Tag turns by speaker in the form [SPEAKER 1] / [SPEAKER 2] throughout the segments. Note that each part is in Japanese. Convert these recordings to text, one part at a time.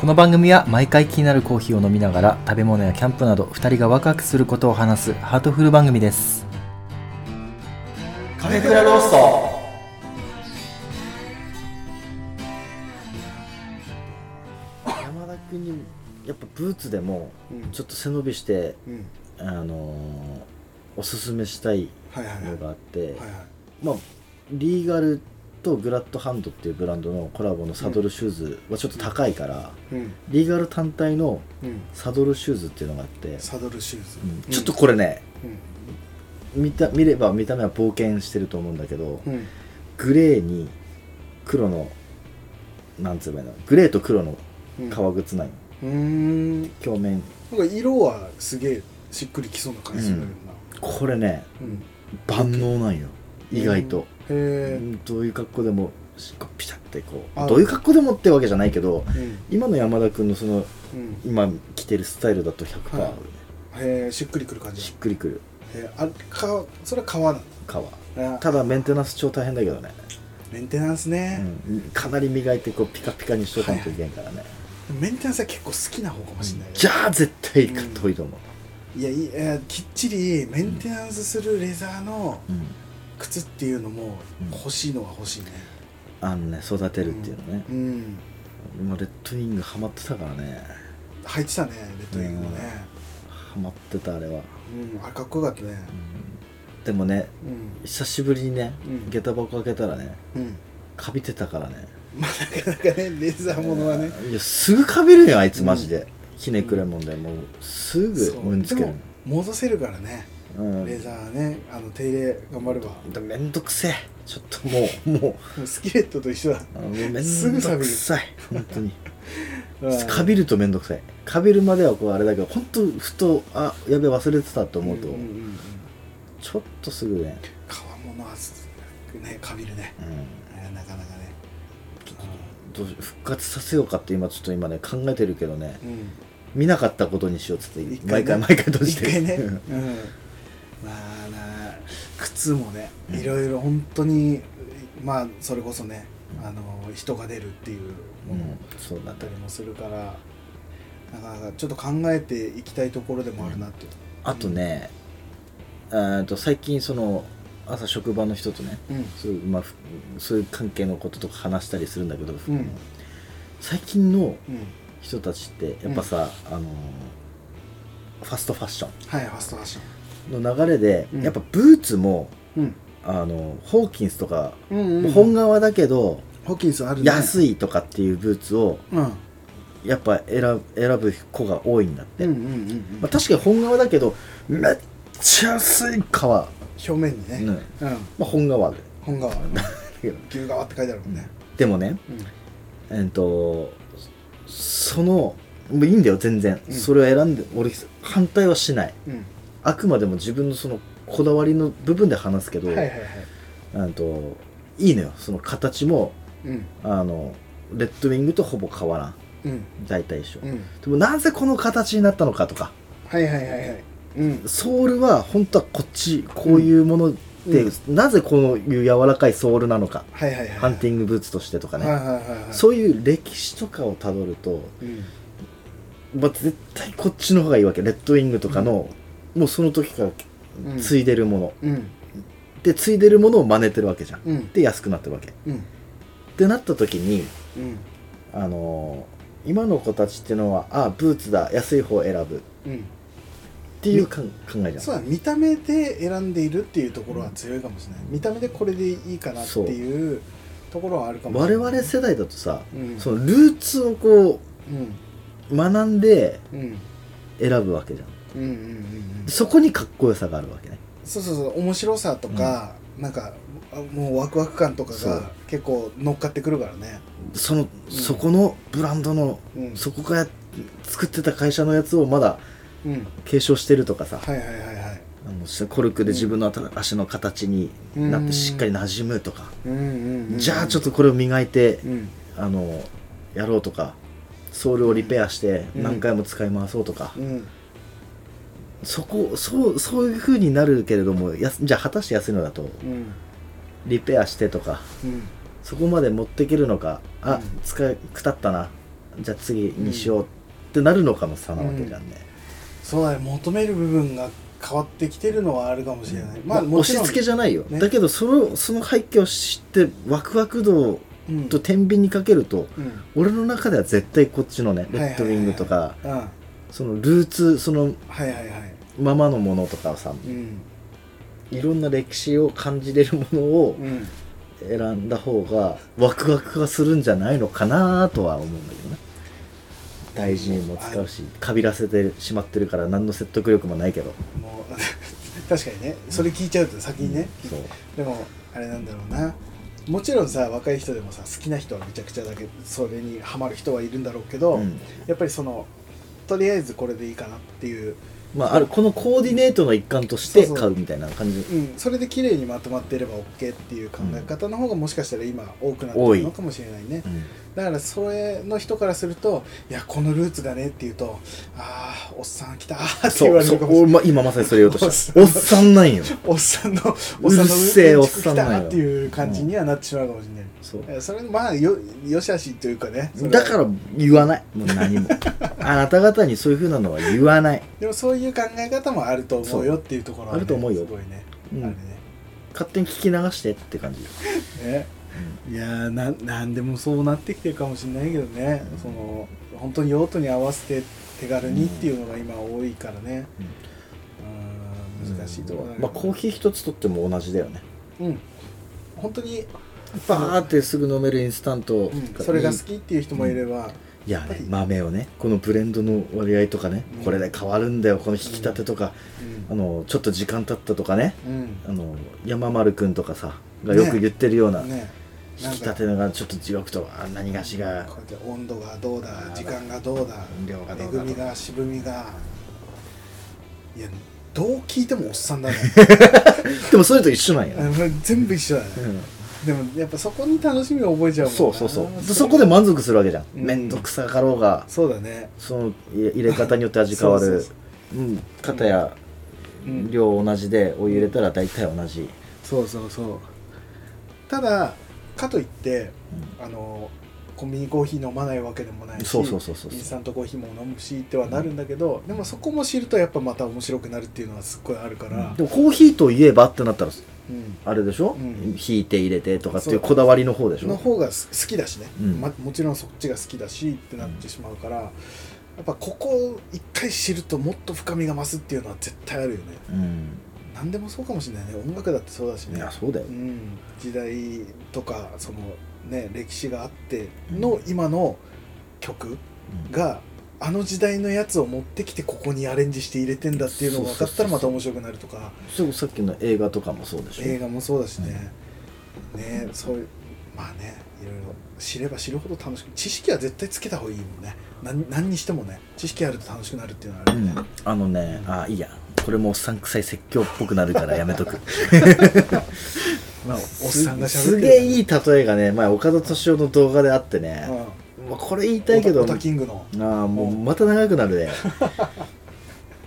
[SPEAKER 1] この番組は毎回気になるコーヒーを飲みながら食べ物やキャンプなど2人がワクワクすることを話すハートフル番組です
[SPEAKER 2] カフェクラロースト
[SPEAKER 3] 山田君にやっぱブーツでも
[SPEAKER 2] うん
[SPEAKER 3] ちょっと背伸びして、
[SPEAKER 2] うん
[SPEAKER 3] あのーおすすめしたい
[SPEAKER 2] はいはいはい
[SPEAKER 3] のがあって、
[SPEAKER 2] はいはい
[SPEAKER 3] まあリーガルとグラッドハンドっていうブランドのコラボのサドルシューズはちょっと高いから、
[SPEAKER 2] うん
[SPEAKER 3] リーガル単体の
[SPEAKER 2] うん
[SPEAKER 3] サドルシューズっていうのがあって、
[SPEAKER 2] サドルシューズ
[SPEAKER 3] うんちょっとこれね
[SPEAKER 2] うん
[SPEAKER 3] 見た見れば見た目は冒険してると思うんだけど、
[SPEAKER 2] うん
[SPEAKER 3] グレーに黒のなんつうのグレーと黒の
[SPEAKER 2] うん
[SPEAKER 3] 革靴なの、
[SPEAKER 2] うーんなん
[SPEAKER 3] 表面
[SPEAKER 2] か色はすげえしっくりきそうな感じするんだ
[SPEAKER 3] これね
[SPEAKER 2] けどなうん
[SPEAKER 3] 万能なんよ意外と、
[SPEAKER 2] へ
[SPEAKER 3] どういう格好でもこうピシャってこ
[SPEAKER 2] あ
[SPEAKER 3] うどういう格好でもってわけじゃないけど
[SPEAKER 2] えうん
[SPEAKER 3] 今の山田君のその
[SPEAKER 2] うん
[SPEAKER 3] 今着てるスタイルだと100%合うね、
[SPEAKER 2] はいへえしっくりくる感じ
[SPEAKER 3] しっくりくる
[SPEAKER 2] へえあかそれは革なん
[SPEAKER 3] 革
[SPEAKER 2] だ
[SPEAKER 3] ただメンテナンス超大変だけどね、
[SPEAKER 2] メンテナンスね、
[SPEAKER 3] うん、かなり磨いてこうピカピカにしとかんといけんからね、
[SPEAKER 2] メンテナンスは結構好きな方かもしれない、ね
[SPEAKER 3] じゃあ絶対買った方がいいと思う、
[SPEAKER 2] いやいやきっちりメンテナンスするレザーの
[SPEAKER 3] うん
[SPEAKER 2] 靴っていうのも
[SPEAKER 3] うん
[SPEAKER 2] 欲しいのは欲しいね
[SPEAKER 3] あのね育てるっていうのね
[SPEAKER 2] う、ん
[SPEAKER 3] もうレッドウィングハマってたからね
[SPEAKER 2] 履いてたねレッドウィングもね
[SPEAKER 3] ハマってたあれは、
[SPEAKER 2] うん、あれかっこよかったね
[SPEAKER 3] うんでもね
[SPEAKER 2] う
[SPEAKER 3] 久しぶりにね
[SPEAKER 2] うん
[SPEAKER 3] 下駄箱開けたらね
[SPEAKER 2] ん、うん、
[SPEAKER 3] かびてたからね
[SPEAKER 2] まあなかなかねレーザーものはね
[SPEAKER 3] いやすぐかびるよあいつマジで、ひねくれもんでもうすぐ
[SPEAKER 2] そう
[SPEAKER 3] うんつけ
[SPEAKER 2] で
[SPEAKER 3] る
[SPEAKER 2] も戻せるからね
[SPEAKER 3] うん
[SPEAKER 2] レーザーはねあの手入れ頑張ればも
[SPEAKER 3] でもめんどくせえちょっともうも
[SPEAKER 2] うスキレットと一緒だ
[SPEAKER 3] うもうめんど
[SPEAKER 2] すぐ錆
[SPEAKER 3] く
[SPEAKER 2] びる
[SPEAKER 3] さい本当に
[SPEAKER 2] うん
[SPEAKER 3] かびるとめんどくさいかびるまではこうあれだけど本当ふとあやべ忘れてたと思うと、
[SPEAKER 2] んんんん
[SPEAKER 3] ちょっとすぐね、
[SPEAKER 2] 革物はねかびるね
[SPEAKER 3] うん、
[SPEAKER 2] あれはなかなかね
[SPEAKER 3] どうし復活させようかって今ちょっと今ね考えてるけどね
[SPEAKER 2] うん
[SPEAKER 3] 見なかったことにしようっつって
[SPEAKER 2] 一回
[SPEAKER 3] 毎
[SPEAKER 2] ね
[SPEAKER 3] 回毎回閉じ
[SPEAKER 2] 一
[SPEAKER 3] て
[SPEAKER 2] 回ね、う
[SPEAKER 3] う
[SPEAKER 2] ん、
[SPEAKER 3] ん
[SPEAKER 2] まあなあ靴もねいろいろ本当にまあそれこそねあの人が出るっていう
[SPEAKER 3] う
[SPEAKER 2] もの
[SPEAKER 3] ん、そうだ
[SPEAKER 2] だ
[SPEAKER 3] っ
[SPEAKER 2] ったたりもするからなかなかちょっと考えていきたいところでもあるなっていう、
[SPEAKER 3] あとね、えーと最近その朝職場の人とね
[SPEAKER 2] うん
[SPEAKER 3] そういう,、まあ、ふそういう関係のこととか話したりするんだけど、
[SPEAKER 2] うん
[SPEAKER 3] 最近の
[SPEAKER 2] うん、
[SPEAKER 3] 人たちってやっぱさ、あのーファストファッショ
[SPEAKER 2] はいファストファッショ
[SPEAKER 3] ンの流れで、
[SPEAKER 2] うん
[SPEAKER 3] やっぱブーツも
[SPEAKER 2] ン、うん
[SPEAKER 3] あのホーキンスとか、
[SPEAKER 2] うんうん、
[SPEAKER 3] 本革だけど
[SPEAKER 2] ホッキンスあるねい、
[SPEAKER 3] 安いとかっていうブーツを
[SPEAKER 2] うん、うん
[SPEAKER 3] やっぱ選ぶ選ぶ子が多いんだって、
[SPEAKER 2] うんうんうん
[SPEAKER 3] まあ、確かに本革だけどめっちゃ安い革、
[SPEAKER 2] 表面にね、
[SPEAKER 3] うんま
[SPEAKER 2] うん、
[SPEAKER 3] あ、本革で
[SPEAKER 2] 本川牛革って書いてあるもんね、
[SPEAKER 3] でもね
[SPEAKER 2] うん
[SPEAKER 3] えっとそのもういいんだよ全然、
[SPEAKER 2] うん
[SPEAKER 3] それを選んで俺反対はしない
[SPEAKER 2] うん
[SPEAKER 3] あくまでも自分のそのこだわりの部分で話すけど、
[SPEAKER 2] はいはいはい
[SPEAKER 3] うんといいのよその形も
[SPEAKER 2] うん
[SPEAKER 3] あのレッドウィングとほぼ変わらん
[SPEAKER 2] うん
[SPEAKER 3] 大体一緒、
[SPEAKER 2] うん
[SPEAKER 3] でもなぜこの形になったのかとか
[SPEAKER 2] はいはいはいはいうん
[SPEAKER 3] ソールは本当はこっちこういうもので、なぜこういう柔らかいソールなのか、
[SPEAKER 2] はいはいはい
[SPEAKER 3] ハンティングブーツとしてとかね、
[SPEAKER 2] はいはいはいはい
[SPEAKER 3] そういう歴史とかをたどると、
[SPEAKER 2] うん
[SPEAKER 3] まあ、絶対こっちの方がいいわけレッドウィングとかの、もうその時から
[SPEAKER 2] うん
[SPEAKER 3] 継いでるもの、
[SPEAKER 2] うん
[SPEAKER 3] で継いでるものを真似てるわけじゃん、
[SPEAKER 2] うん
[SPEAKER 3] で安くなってるわけっ
[SPEAKER 2] うん
[SPEAKER 3] てなった時に
[SPEAKER 2] うん
[SPEAKER 3] あのー今の子たちっていうのはあブーツだ安い方を選ぶっ
[SPEAKER 2] うん
[SPEAKER 3] ていうかん考えじゃん
[SPEAKER 2] そうだ見た目で選んでいるっていうところは強いかもしれない見た目でこれでいいかなっていうところはあるかもし
[SPEAKER 3] 我
[SPEAKER 2] れない
[SPEAKER 3] 々世代だとさ、
[SPEAKER 2] うん
[SPEAKER 3] そのルーツをこ
[SPEAKER 2] うん
[SPEAKER 3] う学んで
[SPEAKER 2] うん
[SPEAKER 3] 選ぶわけじゃん
[SPEAKER 2] うんうんうん
[SPEAKER 3] そこにかっこよさがあるわけね
[SPEAKER 2] そうそうそう面白さとかなんかあもうワクワク感とか
[SPEAKER 3] そう
[SPEAKER 2] が結構乗っかってくるからね
[SPEAKER 3] その、そこのブランドの、
[SPEAKER 2] うん
[SPEAKER 3] そこが作ってた会社のやつをまだ
[SPEAKER 2] うん
[SPEAKER 3] 継承してるとかさ、
[SPEAKER 2] はいはいはいはい
[SPEAKER 3] あのコルクで自分の頭足の形になっ
[SPEAKER 2] う
[SPEAKER 3] て
[SPEAKER 2] ん
[SPEAKER 3] しっかり馴染むとか、
[SPEAKER 2] うんうんうん
[SPEAKER 3] じゃあちょっとこれを磨いて、
[SPEAKER 2] うん
[SPEAKER 3] あのやろうとかソールをリペアして
[SPEAKER 2] うん
[SPEAKER 3] 何回も使い回そうとか、
[SPEAKER 2] うん
[SPEAKER 3] そこそうそういう風になるけれどもやすじゃあ果たして安いのだと
[SPEAKER 2] うん
[SPEAKER 3] リペアしてとか
[SPEAKER 2] うん
[SPEAKER 3] そこまで持っていけるのかあ、
[SPEAKER 2] うん
[SPEAKER 3] 使いくたったなじゃあ次にしようってなるのかの差なわけじゃんね、
[SPEAKER 2] そうだね求める部分が変わってきてるのはあるかもしれない、まあも
[SPEAKER 3] 押
[SPEAKER 2] ち
[SPEAKER 3] し
[SPEAKER 2] ろん
[SPEAKER 3] 付けじゃないよ、
[SPEAKER 2] ね
[SPEAKER 3] だけどそのその背景を知ってワクワク度
[SPEAKER 2] うん
[SPEAKER 3] と天秤にかけると、
[SPEAKER 2] うん
[SPEAKER 3] 俺の中では絶対こっちのね
[SPEAKER 2] は
[SPEAKER 3] レ
[SPEAKER 2] いはいはい
[SPEAKER 3] ッドウィングとか、
[SPEAKER 2] うんはい
[SPEAKER 3] そのルーツその
[SPEAKER 2] はいはい
[SPEAKER 3] ままのものとかをさ
[SPEAKER 2] うん
[SPEAKER 3] いろんな歴史を感じれるものを
[SPEAKER 2] うん
[SPEAKER 3] 選んだ方がワクワクがするんじゃないのかなとは思うんだけどね大事にも使うしかびらせてしまってるから何の説得力もないけど
[SPEAKER 2] もう 確かにねそれ聞いちゃうと先にね、
[SPEAKER 3] そう
[SPEAKER 2] でもあれなんだろうなもちろんさ若い人でもさ好きな人はめちゃくちゃだけそれにハマる人はいるんだろうけど、
[SPEAKER 3] うん
[SPEAKER 2] やっぱりそのとりあえずこれでいいかなっていう、
[SPEAKER 3] まああるこのコーディネートの一環として
[SPEAKER 2] そうそう
[SPEAKER 3] 買うみたいな感じ
[SPEAKER 2] うん、それで綺麗にまとまっていれば OK っていう考え方の方がもしかしたら今多くなってるのかもしれないね
[SPEAKER 3] うん
[SPEAKER 2] だからそれの人からすると「いやこのルーツがね」って言うと「ああおっさん来た」って
[SPEAKER 3] そ
[SPEAKER 2] 言わ
[SPEAKER 3] う
[SPEAKER 2] れ
[SPEAKER 3] そ
[SPEAKER 2] る
[SPEAKER 3] う
[SPEAKER 2] かもしれ
[SPEAKER 3] 俺
[SPEAKER 2] ない
[SPEAKER 3] ま今まさにそれ言おう としたおっさんなんよ
[SPEAKER 2] おっさんの
[SPEAKER 3] うるせえ
[SPEAKER 2] お
[SPEAKER 3] お
[SPEAKER 2] っ
[SPEAKER 3] っ
[SPEAKER 2] さ
[SPEAKER 3] さ
[SPEAKER 2] ん
[SPEAKER 3] ん
[SPEAKER 2] の
[SPEAKER 3] な
[SPEAKER 2] うんち来た
[SPEAKER 3] よ
[SPEAKER 2] っていう感じにはなってしまうかもしれない、
[SPEAKER 3] そう
[SPEAKER 2] えーそれまあよよしあしというかねそれは
[SPEAKER 3] だから言わないもう 何もあなた方にそういうふうなのは言わない
[SPEAKER 2] でもそういう考え方もあると思うよっていうところは、ね、
[SPEAKER 3] そうあると思うよ
[SPEAKER 2] すごいね、
[SPEAKER 3] うん
[SPEAKER 2] あれ
[SPEAKER 3] 勝手に聞き流してって感じ
[SPEAKER 2] ねねいやーななんでもそうなってきてるかもしれないけどね、その本当に用途に合わせて手軽にっていうのが今多いからね、うーん難しいところだけど
[SPEAKER 3] まあコーヒー一つとっても同じだよね
[SPEAKER 2] うん本当に、
[SPEAKER 3] バーってすぐ飲めるインスタント
[SPEAKER 2] うんそれが好きっていう人もいれば、
[SPEAKER 3] いやね豆をねこのブレンドの割合とかね、
[SPEAKER 2] うん
[SPEAKER 3] これで変わるんだよこの引き立てとか、
[SPEAKER 2] うん
[SPEAKER 3] あのちょっと時間経ったとかね
[SPEAKER 2] うん
[SPEAKER 3] あの山丸くんとかさがよく言ってるような、
[SPEAKER 2] ね
[SPEAKER 3] 引き立てのがちょっと違くとあ何がしが
[SPEAKER 2] こうやって温度がどうだ
[SPEAKER 3] あー
[SPEAKER 2] 時間がどうだ
[SPEAKER 3] 量がどうだと
[SPEAKER 2] えぐみが渋みがいやどう聞いてもおっさん だね
[SPEAKER 3] でもそれと一緒なんよ
[SPEAKER 2] あ
[SPEAKER 3] ね、
[SPEAKER 2] の全部一緒だね、
[SPEAKER 3] うん
[SPEAKER 2] でもやっぱそこに楽しみを覚えちゃうもんな
[SPEAKER 3] そうそうそうでそこで満足するわけじゃん
[SPEAKER 2] うん
[SPEAKER 3] 面倒、くさかろうが
[SPEAKER 2] そうだね
[SPEAKER 3] そのい入れ方によって味変わ
[SPEAKER 2] そうそう
[SPEAKER 3] る
[SPEAKER 2] そ
[SPEAKER 3] うん型や
[SPEAKER 2] うん
[SPEAKER 3] 量同じでお湯入れたら大体同じ、
[SPEAKER 2] そうそうそうただかといってあのコンビニコーヒー飲まないわけでもないし
[SPEAKER 3] そうそうそうそう
[SPEAKER 2] インスタントコーヒーも飲むしってはなるんだけど、でもそこも知るとやっぱまた面白くなるっていうのはすっごいあるから
[SPEAKER 3] で、もコーヒーといえばってなったら
[SPEAKER 2] うん
[SPEAKER 3] あれでしょ、
[SPEAKER 2] うん
[SPEAKER 3] 引いて入れてとかってい
[SPEAKER 2] そう
[SPEAKER 3] うこだわりの方でし
[SPEAKER 2] の
[SPEAKER 3] ょ
[SPEAKER 2] 方がす好きだしね、
[SPEAKER 3] うん
[SPEAKER 2] ま、もちろんそっちが好きだしってなってしまうから、やっぱここを一回知るともっと深みが増すっていうのは絶対あるよね
[SPEAKER 3] うん
[SPEAKER 2] 何でもそうかもしれないね音楽だってそうだし
[SPEAKER 3] い
[SPEAKER 2] ね
[SPEAKER 3] やそうだよ、
[SPEAKER 2] うん、時代とかその、ね、歴史があっての今の曲があの時代のやつを持ってきてここにアレンジして入れてんだっていうのが分かったらまた面白くなるとか
[SPEAKER 3] そうさっきの映画とかもそうでしょ
[SPEAKER 2] 映画もそうだしね,、ねそういうまあねいろいろ知れば知るほど楽しく知識は絶対つけた方がいいもんね何何にしてもね知識あると楽しくなるっていうのはあ
[SPEAKER 3] う
[SPEAKER 2] るよね、
[SPEAKER 3] ん、あのねあいいやこれもおっさんくさい説教っぽくなるからやめとく
[SPEAKER 2] まあおっさんがしゃ
[SPEAKER 3] す
[SPEAKER 2] べって
[SPEAKER 3] げえいい例えがね前岡田敏夫の動画であって
[SPEAKER 2] う
[SPEAKER 3] ね、
[SPEAKER 2] ん
[SPEAKER 3] まあ、これ言いたいけど
[SPEAKER 2] オタオタキングの
[SPEAKER 3] ああもうまた長くなるね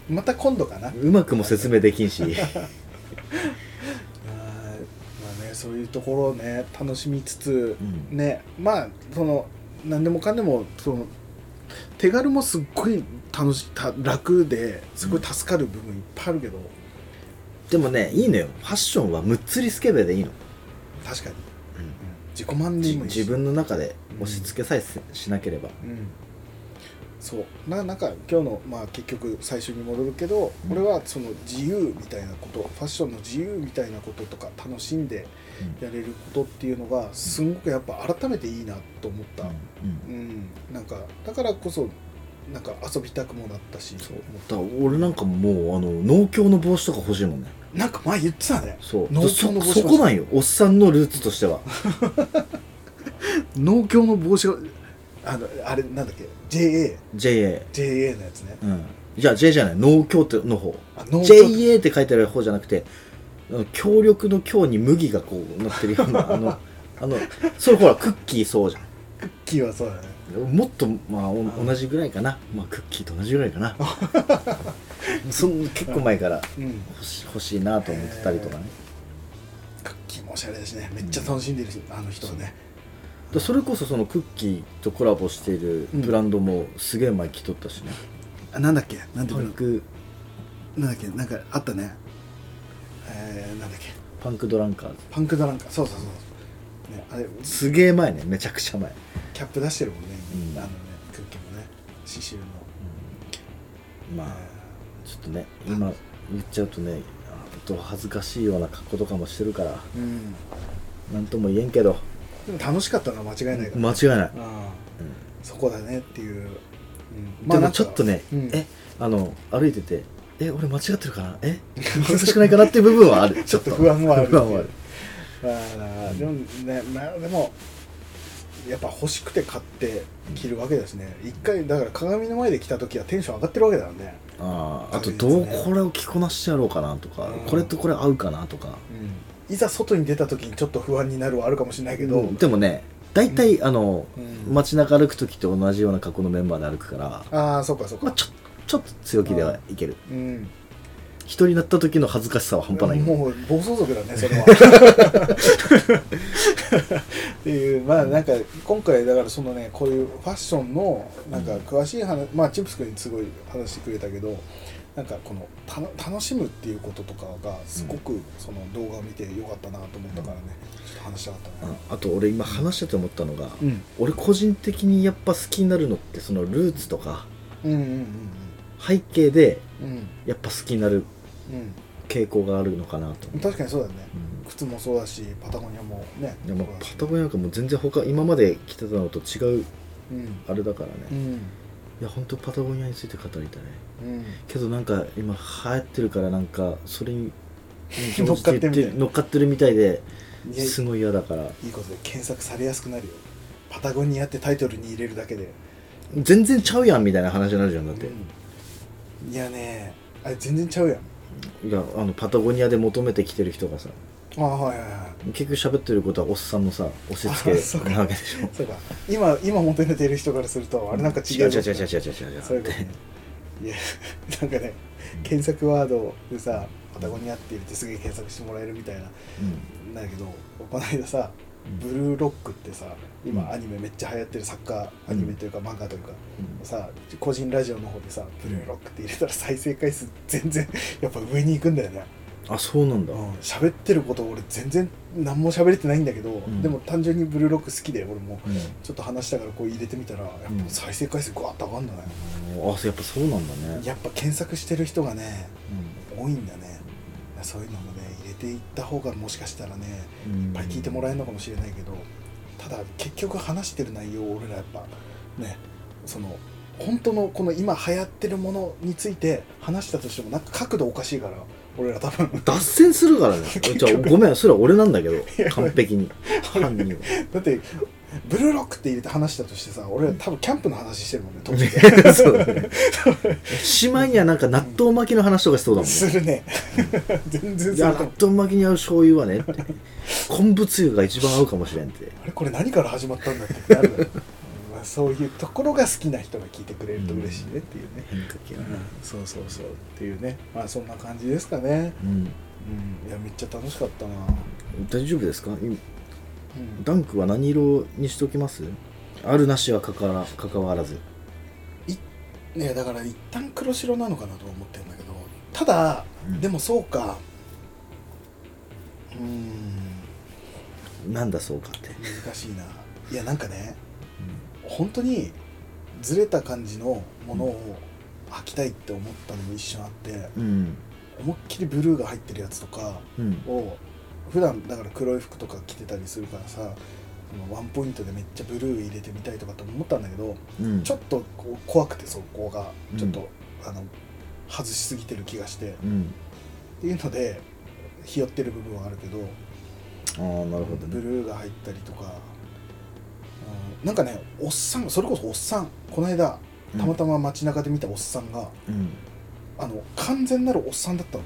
[SPEAKER 2] また今度かな
[SPEAKER 3] うまくも説明でき んし
[SPEAKER 2] あーまあねそういうところをね楽しみつつ、
[SPEAKER 3] う
[SPEAKER 2] ねまあその何でもかんでもその手軽もすっごい楽した楽ですごい助かる部分いっぱいあるけど、
[SPEAKER 3] でもねいいのよファッションはむっつりスケベでいいの
[SPEAKER 2] 確かに、
[SPEAKER 3] うん
[SPEAKER 2] 自己満で
[SPEAKER 3] じ
[SPEAKER 2] もいいし
[SPEAKER 3] 自分の中で押し付けさえせしなければ
[SPEAKER 2] うんそうななんか今日の、まあ、結局最初に戻るけど、
[SPEAKER 3] うん
[SPEAKER 2] 俺はその自由みたいなことファッションの自由みたいなこととか楽しんでやれることっていうのがすごくやっぱ改めていいなと思った、
[SPEAKER 3] うん
[SPEAKER 2] うん、なんかだからこそなんか遊びたくもなったし
[SPEAKER 3] そうだから俺なんかもうあの農協の帽子とか欲しいもんね
[SPEAKER 2] なんか前言ってたね
[SPEAKER 3] そう
[SPEAKER 2] 農協の帽子
[SPEAKER 3] そそこなんよおっさんのルーツとしては
[SPEAKER 2] 農協の帽子があのあれなんだっけ JAJA
[SPEAKER 3] JA
[SPEAKER 2] のやつね
[SPEAKER 3] うんじゃあ J じゃない農協っての方
[SPEAKER 2] あ農協
[SPEAKER 3] JA って書いてある方じゃなくてあの協力の協に麦がこうなってるようなあの あのそれほらクッキーそうじゃん
[SPEAKER 2] キーはそうだね
[SPEAKER 3] もっとまあお同じぐらいかな、まあ、クッキーと同じぐらいかな そん結構前から
[SPEAKER 2] うん
[SPEAKER 3] 欲し欲しいなと思ってたりとかね
[SPEAKER 2] クッキーもおしゃれだしねめっちゃ楽しんでるし、あの人はね
[SPEAKER 3] らそれこそそのクッキーとコラボしているブランドもすげえ前来とったしね、
[SPEAKER 2] あなんだっけなんてい
[SPEAKER 3] パ
[SPEAKER 2] う
[SPEAKER 3] ン
[SPEAKER 2] の
[SPEAKER 3] ク
[SPEAKER 2] なんだっけなんかあったねえー、なんだっけ
[SPEAKER 3] パンクドランカーズ
[SPEAKER 2] パンクだなんかそうそうそう、ね、あれ
[SPEAKER 3] すげえ前ねめちゃくちゃ前、
[SPEAKER 2] キャップ出してるもんね、
[SPEAKER 3] うん
[SPEAKER 2] あのねクッキーもね刺繍の、
[SPEAKER 3] まあ
[SPEAKER 2] え
[SPEAKER 3] ちょっとね今言っちゃうとねあと恥ずかしいような格好とかもしてるから
[SPEAKER 2] ーうん
[SPEAKER 3] 何とも言えんけど
[SPEAKER 2] でも楽しかったのは間違いないから、
[SPEAKER 3] 間違いな
[SPEAKER 2] あ
[SPEAKER 3] い、
[SPEAKER 2] ー
[SPEAKER 3] うん
[SPEAKER 2] そこだねっていう、うん
[SPEAKER 3] で
[SPEAKER 2] な
[SPEAKER 3] も
[SPEAKER 2] んか
[SPEAKER 3] ちょっとね、
[SPEAKER 2] うん
[SPEAKER 3] えあの歩いててえ俺間違ってるかなえ恥ずかしくないかなっていう部分はあ る
[SPEAKER 2] ちょっと不安はある
[SPEAKER 3] 不安はある
[SPEAKER 2] あーでもね、まあ、でもやっぱ欲しくて買って着るわけだしね一回だから鏡の前で着た時はテンション上がってるわけだよね、
[SPEAKER 3] あーあと
[SPEAKER 2] 確
[SPEAKER 3] ど
[SPEAKER 2] 実
[SPEAKER 3] う
[SPEAKER 2] ね
[SPEAKER 3] これを着こなしてやろうかなとか、
[SPEAKER 2] うん
[SPEAKER 3] これとこれ合うかなとか、
[SPEAKER 2] いざ外に出た時にちょっと不安になるはあるかもしれないけど、
[SPEAKER 3] うんでもね大体、あの
[SPEAKER 2] うん
[SPEAKER 3] 街中歩く時と同じような格好のメンバーで歩くから、
[SPEAKER 2] ああそうかそう
[SPEAKER 3] まあ、
[SPEAKER 2] か、
[SPEAKER 3] ちょちょっと強気ではいける
[SPEAKER 2] うん、
[SPEAKER 3] 一人になった時の恥ずかしさは半端ないよ
[SPEAKER 2] もう暴走族だねそれは っていうまあなんか今回だからそのねこういうファッションのなんか詳しい話、まあチップス君にすごい話してくれたけどなんかこのたの楽しむっていうこととかがすごくその動画を見てよかったなと思ったからねちょっと話したかった
[SPEAKER 3] あ
[SPEAKER 2] ね
[SPEAKER 3] あと俺今話してて思ったのが、
[SPEAKER 2] うん
[SPEAKER 3] 俺個人的にやっぱ好きになるのってそのルーツとか
[SPEAKER 2] うんうん
[SPEAKER 3] 背景で
[SPEAKER 2] うんうん
[SPEAKER 3] やっぱ好きになる
[SPEAKER 2] うん
[SPEAKER 3] 傾向があるのかなと
[SPEAKER 2] うん
[SPEAKER 3] 思う、
[SPEAKER 2] 確かにそうだよね
[SPEAKER 3] うん
[SPEAKER 2] 靴もそうだしパタゴニアもね
[SPEAKER 3] でもパタ
[SPEAKER 2] ゴ
[SPEAKER 3] ゴニアなんかもう全然他今まで着てたのと違う
[SPEAKER 2] ニ
[SPEAKER 3] あれだからね、
[SPEAKER 2] アう
[SPEAKER 3] い
[SPEAKER 2] ん
[SPEAKER 3] や本当パタゴニアについて語りたいね
[SPEAKER 2] うん
[SPEAKER 3] けどなんか今流行ってるからなんかそれに
[SPEAKER 2] うん 乗っかってみたい
[SPEAKER 3] 乗っかってるみたいで
[SPEAKER 2] うんいや
[SPEAKER 3] すごい嫌だから
[SPEAKER 2] いいことで検索されやすくなるよパタゴニアってタイトルに入れるだけで
[SPEAKER 3] 全然ちゃうやんみたいな話になるじゃんだって、
[SPEAKER 2] うんいやねあれ全然ちゃうやん
[SPEAKER 3] いやあのパタゴニアで求めてきてる人がさ
[SPEAKER 2] あはいはいはい
[SPEAKER 3] 結局喋ってることはおっさんのさ押し付
[SPEAKER 2] あそう
[SPEAKER 3] け
[SPEAKER 2] か
[SPEAKER 3] なわけでしょ
[SPEAKER 2] そうか今今求めてる人からするとあれなんか違う
[SPEAKER 3] 違う違う違う違う違う違う
[SPEAKER 2] そういうことねいやなんかね検索ワードでさパタゴニアって入れてすげえ検索してもらえるみたいな
[SPEAKER 3] うん
[SPEAKER 2] なんだけどこの間さブルーロックってさ
[SPEAKER 3] うん
[SPEAKER 2] 今アニメめっちゃ流行ってるサッカーアニメというか漫画というか、
[SPEAKER 3] うん
[SPEAKER 2] さ個人ラジオの方でさ「ブルーロック」って入れたら再生回数全然 やっぱ上に行くんだよね
[SPEAKER 3] あそうなんだ、
[SPEAKER 2] うん喋ってること俺全然何も喋れてないんだけど、
[SPEAKER 3] ん
[SPEAKER 2] でも単純にブルーロック好きで俺も
[SPEAKER 3] うん
[SPEAKER 2] ちょっと話したからこう入れてみたらやっぱ再生回数グワッと上がんだね、
[SPEAKER 3] あそうやっぱそうなんだね
[SPEAKER 2] やっぱ検索してる人がね
[SPEAKER 3] うん
[SPEAKER 2] 多いんだねそういうのもね入れていった方がもしかしたらねいっぱい聞いてもらえるのかもしれないけどただ結局話してる内容を俺らやっぱねその本当のこの今流行ってるものについて話したとしてもなんか角度おかしいから俺ら多分
[SPEAKER 3] 脱線するからねじゃあごめんそれは俺なんだけど完璧に犯人 は
[SPEAKER 2] だってブルーロックって入れて話したとしてさ俺ら多分キャンプの話してるもんね途中で
[SPEAKER 3] そうだねしまいにはなんか納豆巻きの話とかしそうだもん
[SPEAKER 2] す
[SPEAKER 3] ね
[SPEAKER 2] るね 全然
[SPEAKER 3] い
[SPEAKER 2] す
[SPEAKER 3] や
[SPEAKER 2] ると思
[SPEAKER 3] 納
[SPEAKER 2] う
[SPEAKER 3] 豆巻きに合う醤油はねって昆布つゆが一番合うかもしれんって
[SPEAKER 2] あれこれ何から始まったんだっけってなるよ うんまあそういうところが好きな人が聞いてくれると嬉しいねっていうね、
[SPEAKER 3] 変化球はね
[SPEAKER 2] そうそうそうっていうねまあそんな感じですかね
[SPEAKER 3] うん
[SPEAKER 2] うんいやめっちゃ楽しかったな、
[SPEAKER 3] 大丈夫ですか今
[SPEAKER 2] うん
[SPEAKER 3] ダンクは何色にしときますあるなしはかから関わらず
[SPEAKER 2] ねだから一旦黒白なのかなと思ってるんだけどただ、
[SPEAKER 3] うん
[SPEAKER 2] でもそうかうーん
[SPEAKER 3] なんだそうかって、
[SPEAKER 2] 難しいないやなんかね本当にずれた感じのものを履きたいって思ったのも一瞬あって
[SPEAKER 3] うん
[SPEAKER 2] 思いっきりブルーが入ってるやつとか
[SPEAKER 3] うん
[SPEAKER 2] を普段だから黒い服とか着てたりするからさそのワンポイントでめっちゃブルー入れてみたいとかって思ったんだけど
[SPEAKER 3] うん
[SPEAKER 2] ちょっとこう怖くてそこが
[SPEAKER 3] うん
[SPEAKER 2] ちょっと、あの外しすぎてる気がしてっ
[SPEAKER 3] うん
[SPEAKER 2] ていうのでひよってる部分はあるけど
[SPEAKER 3] ああなるほど
[SPEAKER 2] ブ
[SPEAKER 3] ね
[SPEAKER 2] ルーが入ったりとか、うん、なんかねおっさんそれこそおっさんこの間たまたま街中で見たおっさんが、
[SPEAKER 3] うん
[SPEAKER 2] あの完全なるおっさんだったの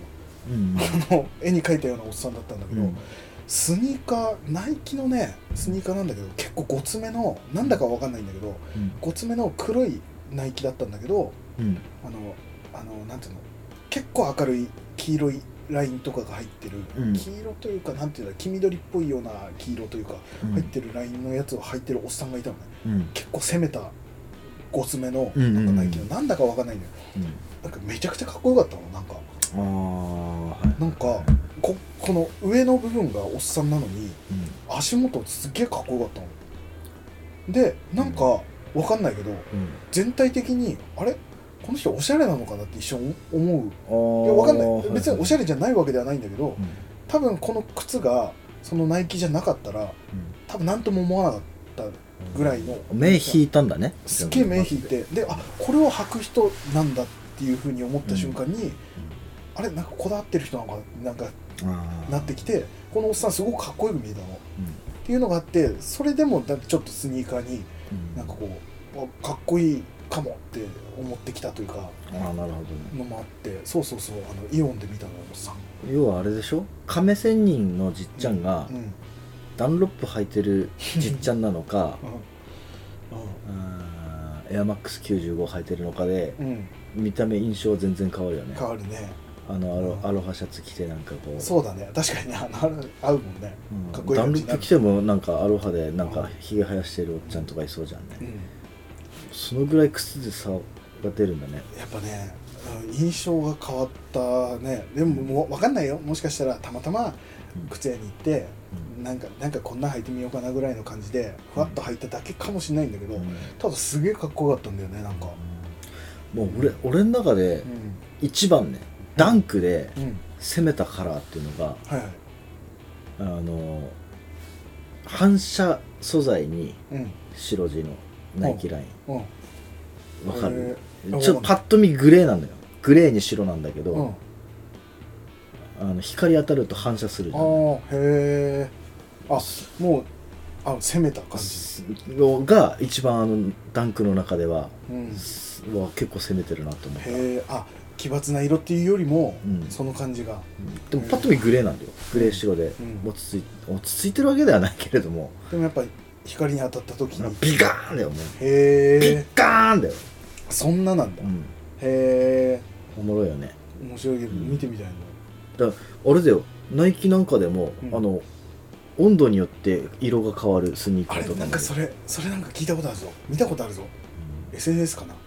[SPEAKER 3] うん
[SPEAKER 2] あの絵に描いたようなおっさんだったんだけ
[SPEAKER 3] う
[SPEAKER 2] ど、
[SPEAKER 3] ん
[SPEAKER 2] スニーカーナイキのねスニーカーなんだけど結構ごつめのなんだかわかんないんだけど
[SPEAKER 3] うん
[SPEAKER 2] ごつめの黒いナイキだったんだけど
[SPEAKER 3] うん
[SPEAKER 2] あのあのなんていうの結構明るい黄色いラインとかが入ってる、
[SPEAKER 3] うん
[SPEAKER 2] 黄色というかなんていうんだ黄緑っぽいような黄色というか、
[SPEAKER 3] うん
[SPEAKER 2] 入ってるラインのやつを履いてるおっさんがいたのね
[SPEAKER 3] うん
[SPEAKER 2] 結構攻めたゴツめの
[SPEAKER 3] うんうん
[SPEAKER 2] な
[SPEAKER 3] うん
[SPEAKER 2] んかナイキのなんだかわかんないんだよ
[SPEAKER 3] うん
[SPEAKER 2] なんかめちゃくちゃかっこよかったのなんか
[SPEAKER 3] ああはい
[SPEAKER 2] なんかここの上の部分がおっさんなのに足元すっげえかっこよかったのでなんかわかんないけど
[SPEAKER 3] うん
[SPEAKER 2] 全体的にあれこの人おしゃれなのかなって一瞬思う
[SPEAKER 3] うん
[SPEAKER 2] いやわかんない別におし
[SPEAKER 3] ゃ
[SPEAKER 2] ゃれじゃないわけではないんだけど
[SPEAKER 3] うん
[SPEAKER 2] 多分この靴がそのナイキじゃなかったら多分何とも思わなかった
[SPEAKER 3] うん
[SPEAKER 2] ぐらいの
[SPEAKER 3] 目引いたんだね
[SPEAKER 2] すっげえ目引いてであこれを履く人なんだっていうふうに思った瞬間に、あれなんかこだわってる人なんかなんか
[SPEAKER 3] あー
[SPEAKER 2] なってきてこのおっさんすごくかっこよく見えたのっ
[SPEAKER 3] うん
[SPEAKER 2] ていうのがあってそれでもだちょっとスニーカーに
[SPEAKER 3] うん
[SPEAKER 2] なんかこうあかっこいいかもって思ってきたというか
[SPEAKER 3] ああなるほどね
[SPEAKER 2] のもあってそうそうそうあのイオンで見たのおっさん、
[SPEAKER 3] 要はあれでしょ亀仙人のじっちゃんが
[SPEAKER 2] うんうん、
[SPEAKER 3] ダンロップ履いてるじっちゃんなのか
[SPEAKER 2] う
[SPEAKER 3] あーエアマックス95履いてるのかで
[SPEAKER 2] んうん、
[SPEAKER 3] 見た目印象全然変わるよね
[SPEAKER 2] 変わるね
[SPEAKER 3] あのアロ
[SPEAKER 2] うん
[SPEAKER 3] アロハシャツ着てなんかこう
[SPEAKER 2] そうだね確かにねあの合うもんね、
[SPEAKER 3] うん
[SPEAKER 2] かっこいい
[SPEAKER 3] ダン
[SPEAKER 2] 感
[SPEAKER 3] ロ
[SPEAKER 2] じにな
[SPEAKER 3] ップ
[SPEAKER 2] る
[SPEAKER 3] 着てもなんかアロハでなん
[SPEAKER 2] う
[SPEAKER 3] か
[SPEAKER 2] ん
[SPEAKER 3] ひげ生やしてるおっちゃんとかいそうじゃんね
[SPEAKER 2] うん、
[SPEAKER 3] そのぐらい靴で差が出るんだね
[SPEAKER 2] やっぱねうん印象が変わったねでももう分かんないよもしかしたらたまたま
[SPEAKER 3] うん
[SPEAKER 2] 靴屋に行って、なんかなんかこんな履いてみようかなぐらいの感じでふわっと履いただけかもしれないんだけど、
[SPEAKER 3] うん
[SPEAKER 2] ただすげえかっこよかったんだよねなんか
[SPEAKER 3] もう俺俺の中で
[SPEAKER 2] う
[SPEAKER 3] 一番ねダンクで
[SPEAKER 2] ん、うん、
[SPEAKER 3] 攻めたカラーっていうのが
[SPEAKER 2] はいはい
[SPEAKER 3] あの反射素材に
[SPEAKER 2] うん
[SPEAKER 3] 白地のナイキライ
[SPEAKER 2] うん
[SPEAKER 3] ンわか
[SPEAKER 2] え
[SPEAKER 3] る
[SPEAKER 2] ー
[SPEAKER 3] ちょっとパッと見グレーなのよグレーに白なんだけど、
[SPEAKER 2] うんあ
[SPEAKER 3] あの光当たると反射するじ
[SPEAKER 2] あ
[SPEAKER 3] ゃん
[SPEAKER 2] ーへえあもうあ攻めた感じ、
[SPEAKER 3] すが一番あのダンクの中では、
[SPEAKER 2] うん、へ
[SPEAKER 3] すは結構攻めてるなと思った、
[SPEAKER 2] えあ奇抜な色っていうよりも、
[SPEAKER 3] うん
[SPEAKER 2] その感じが
[SPEAKER 3] でもパッと見グレーなんだよグレー白で、
[SPEAKER 2] うん
[SPEAKER 3] 落ち着い落ち着いてるわけではないけれども
[SPEAKER 2] でもやっぱり光に当たった時に
[SPEAKER 3] ビカーンだよもうビ
[SPEAKER 2] へえ
[SPEAKER 3] ッカーンだよ、
[SPEAKER 2] そんななんだ、
[SPEAKER 3] う
[SPEAKER 2] へ
[SPEAKER 3] ん、
[SPEAKER 2] え
[SPEAKER 3] おもろいよね
[SPEAKER 2] 面白いけど
[SPEAKER 3] うん
[SPEAKER 2] 見てみたいな、
[SPEAKER 3] あれだよナイキなんかでも、
[SPEAKER 2] うん
[SPEAKER 3] あの温度によって色が変わるスニーカ
[SPEAKER 2] あ
[SPEAKER 3] ー
[SPEAKER 2] れ
[SPEAKER 3] とか
[SPEAKER 2] な
[SPEAKER 3] も
[SPEAKER 2] んかそれそれなんか聞いたことあるぞ見たことあるぞ SNS かな、へ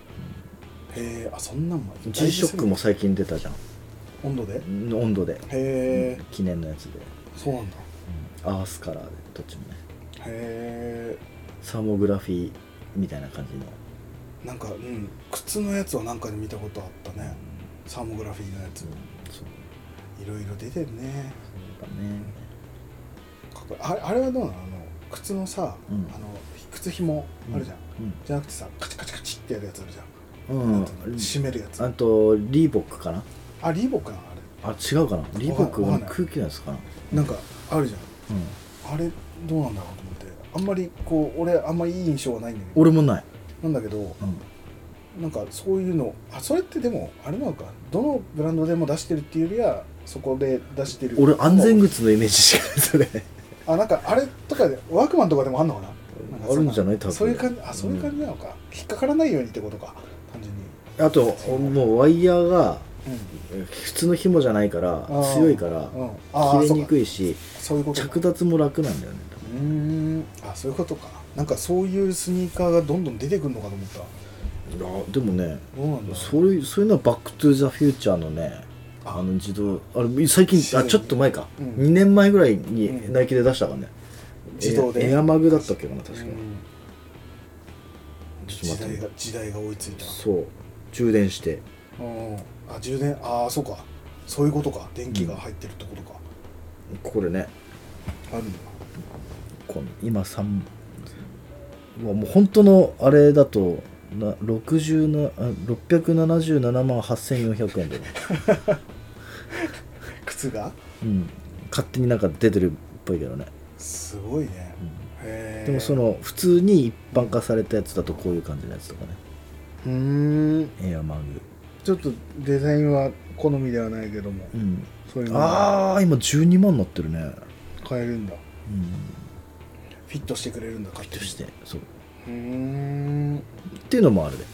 [SPEAKER 2] えあそんなんも
[SPEAKER 3] G ショックも最近出たじゃ
[SPEAKER 2] 温度でへ
[SPEAKER 3] ん温度で、
[SPEAKER 2] え、
[SPEAKER 3] 記念のやつで、
[SPEAKER 2] そうなんだ
[SPEAKER 3] アースカラーでどっちもね
[SPEAKER 2] へ
[SPEAKER 3] サーモグラフィーみたいな感じの
[SPEAKER 2] えなんかうん靴のやつはなんかで見たことあったねサーモグラフィーのやつ
[SPEAKER 3] そうそう
[SPEAKER 2] いろいろ出てるね
[SPEAKER 3] だね
[SPEAKER 2] かっこいいあれあれはどうなのあの靴のさ、
[SPEAKER 3] うん
[SPEAKER 2] あの靴ひもあるじゃん、
[SPEAKER 3] うん
[SPEAKER 2] じゃなくてさカチカチカチってやるやつあるじゃん
[SPEAKER 3] うん、
[SPEAKER 2] なんていうの締めるやつ
[SPEAKER 3] あとリーボックかな
[SPEAKER 2] あリーボックなのあ
[SPEAKER 3] あ違うかなリーボック
[SPEAKER 2] わか
[SPEAKER 3] は
[SPEAKER 2] んない
[SPEAKER 3] 空気のやつかな
[SPEAKER 2] れなんかあるじゃ
[SPEAKER 3] うん
[SPEAKER 2] んあれどうなんだろうと思ってあんまりこう俺あんまいい印象はないんだけど
[SPEAKER 3] 俺もない、
[SPEAKER 2] なんだけど
[SPEAKER 3] うん、
[SPEAKER 2] なんかそういうのあそれってでもあれなのかどのブランドでも出してるっていうよりはそこで出してる
[SPEAKER 3] 俺安全靴のイメージしかないそれ
[SPEAKER 2] あなんかあれとかでワークマンとかでもあんのかななんかそ
[SPEAKER 3] あるんじゃない多分
[SPEAKER 2] そういう感じあそういう感じなのか、引っかからないようにってことか単純に
[SPEAKER 3] あともうワイヤーが
[SPEAKER 2] う
[SPEAKER 3] 普通の紐じゃないから
[SPEAKER 2] んあー
[SPEAKER 3] 強いから
[SPEAKER 2] うん、あー
[SPEAKER 3] 切れにく
[SPEAKER 2] い
[SPEAKER 3] いし
[SPEAKER 2] そうかそういうことか
[SPEAKER 3] 着脱も楽なんだよね多分
[SPEAKER 2] うーんあそういうことかなんかそういうスニーカーがどんどん出てくるのかと思った
[SPEAKER 3] あでもね
[SPEAKER 2] どうなんだ
[SPEAKER 3] それそういうのは「バック・トゥ・ザ・フューチャー」のねあ
[SPEAKER 2] あ
[SPEAKER 3] の自動あれ最近あちょっと前か、
[SPEAKER 2] うん
[SPEAKER 3] 2年前ぐらい
[SPEAKER 2] う
[SPEAKER 3] に
[SPEAKER 2] ん
[SPEAKER 3] ナイキで出したからね、
[SPEAKER 2] 自動で
[SPEAKER 3] エアエアマグだったっけかな確かに、
[SPEAKER 2] うん
[SPEAKER 3] ちょ
[SPEAKER 2] 時
[SPEAKER 3] っと待っ
[SPEAKER 2] 代
[SPEAKER 3] て
[SPEAKER 2] が
[SPEAKER 3] ね
[SPEAKER 2] 時代が追いついた
[SPEAKER 3] そう充電して
[SPEAKER 2] うんあ充電ああそうかそういうことか電気が入ってるってことか、
[SPEAKER 3] これね
[SPEAKER 2] あるんだ
[SPEAKER 3] この今3うわもう本当のあれだとな60なあ677万8400円だよ、
[SPEAKER 2] 靴が
[SPEAKER 3] うん、勝手になんか出てるっぽいけどね、
[SPEAKER 2] すごいね
[SPEAKER 3] うん
[SPEAKER 2] へえ
[SPEAKER 3] でもその普通に一般化されたやつだとこういう感じのやつとかね
[SPEAKER 2] うーん
[SPEAKER 3] エアマグ、
[SPEAKER 2] ちょっとデザインは好みではないけども
[SPEAKER 3] うん、
[SPEAKER 2] そういうのが
[SPEAKER 3] ああ今12万になってるね
[SPEAKER 2] 変えるんだ
[SPEAKER 3] うん
[SPEAKER 2] フィットしてくれるんだフィ
[SPEAKER 3] としてそう
[SPEAKER 2] うーん
[SPEAKER 3] っていうのもあるで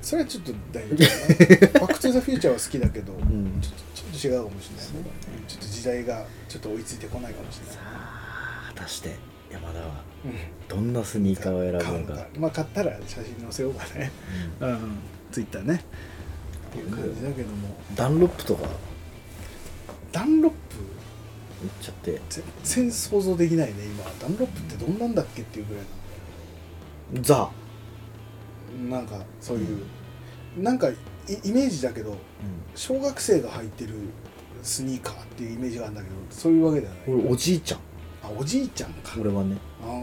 [SPEAKER 2] それはちょっと大丈夫 かなバック・トゥ・ザ・フューチャーは好きだけど、
[SPEAKER 3] ん
[SPEAKER 2] ちょっとちょっと違うかもしれないねうんちょっと時代がちょっと追いついてこないかもしれ
[SPEAKER 3] さ
[SPEAKER 2] ない
[SPEAKER 3] あ果たして山田は
[SPEAKER 2] うん
[SPEAKER 3] どんなスニーカーを選ぶのか
[SPEAKER 2] 買うまあ買ったら写真載せようかねうんツイッターねっていう感じだけども
[SPEAKER 3] ダンロップとか言っ
[SPEAKER 2] ダンロップ
[SPEAKER 3] ちゃって
[SPEAKER 2] 全然想像できないね今ダンロップってどんなんだっけっていうぐらい
[SPEAKER 3] ザ、
[SPEAKER 2] のなんかそういう、なんかイイメージだけど小学生が履いてるスニーカーっていうイメージがあるんだけどそういうわけではない
[SPEAKER 3] 俺おじいちゃん
[SPEAKER 2] あおじいちゃんか
[SPEAKER 3] 俺はね、
[SPEAKER 2] あー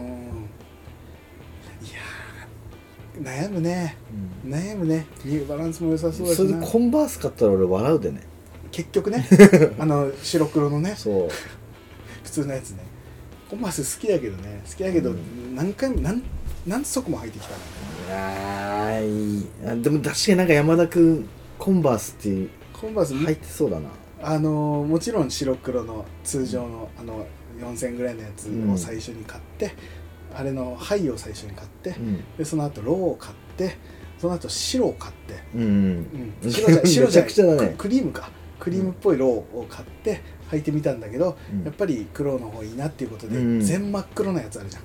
[SPEAKER 2] いやー悩むね悩むねニューバランスも良さそうだし
[SPEAKER 3] それ
[SPEAKER 2] な
[SPEAKER 3] でコンバース買ったら俺笑うでね
[SPEAKER 2] 結局 ねあの白黒のね
[SPEAKER 3] そう
[SPEAKER 2] 普通のやつねコンバース好きだけどね好きだけど、
[SPEAKER 3] うん
[SPEAKER 2] 何回も何何足も履いてきたの
[SPEAKER 3] いやーいいあでも確かになんか山田君コンバースっていう
[SPEAKER 2] コンバース、
[SPEAKER 3] 入ってそうだな、
[SPEAKER 2] あのーもちろん白黒の通常のあの4000ぐらいのやつ
[SPEAKER 3] う
[SPEAKER 2] を
[SPEAKER 3] ん
[SPEAKER 2] 最初に買って、あれの灰を最初に買って
[SPEAKER 3] うん
[SPEAKER 2] でその後ローを買ってその後白を買って、
[SPEAKER 3] うん
[SPEAKER 2] うん、白じゃ 白じゃ
[SPEAKER 3] めちゃくちゃだ
[SPEAKER 2] ない
[SPEAKER 3] ね
[SPEAKER 2] ククリームかクリームっぽいローを買って履いてみたんだけど、
[SPEAKER 3] うん
[SPEAKER 2] やっぱり黒の方いいなっていうことで、
[SPEAKER 3] うん
[SPEAKER 2] 全真っ黒なやつあるじゃん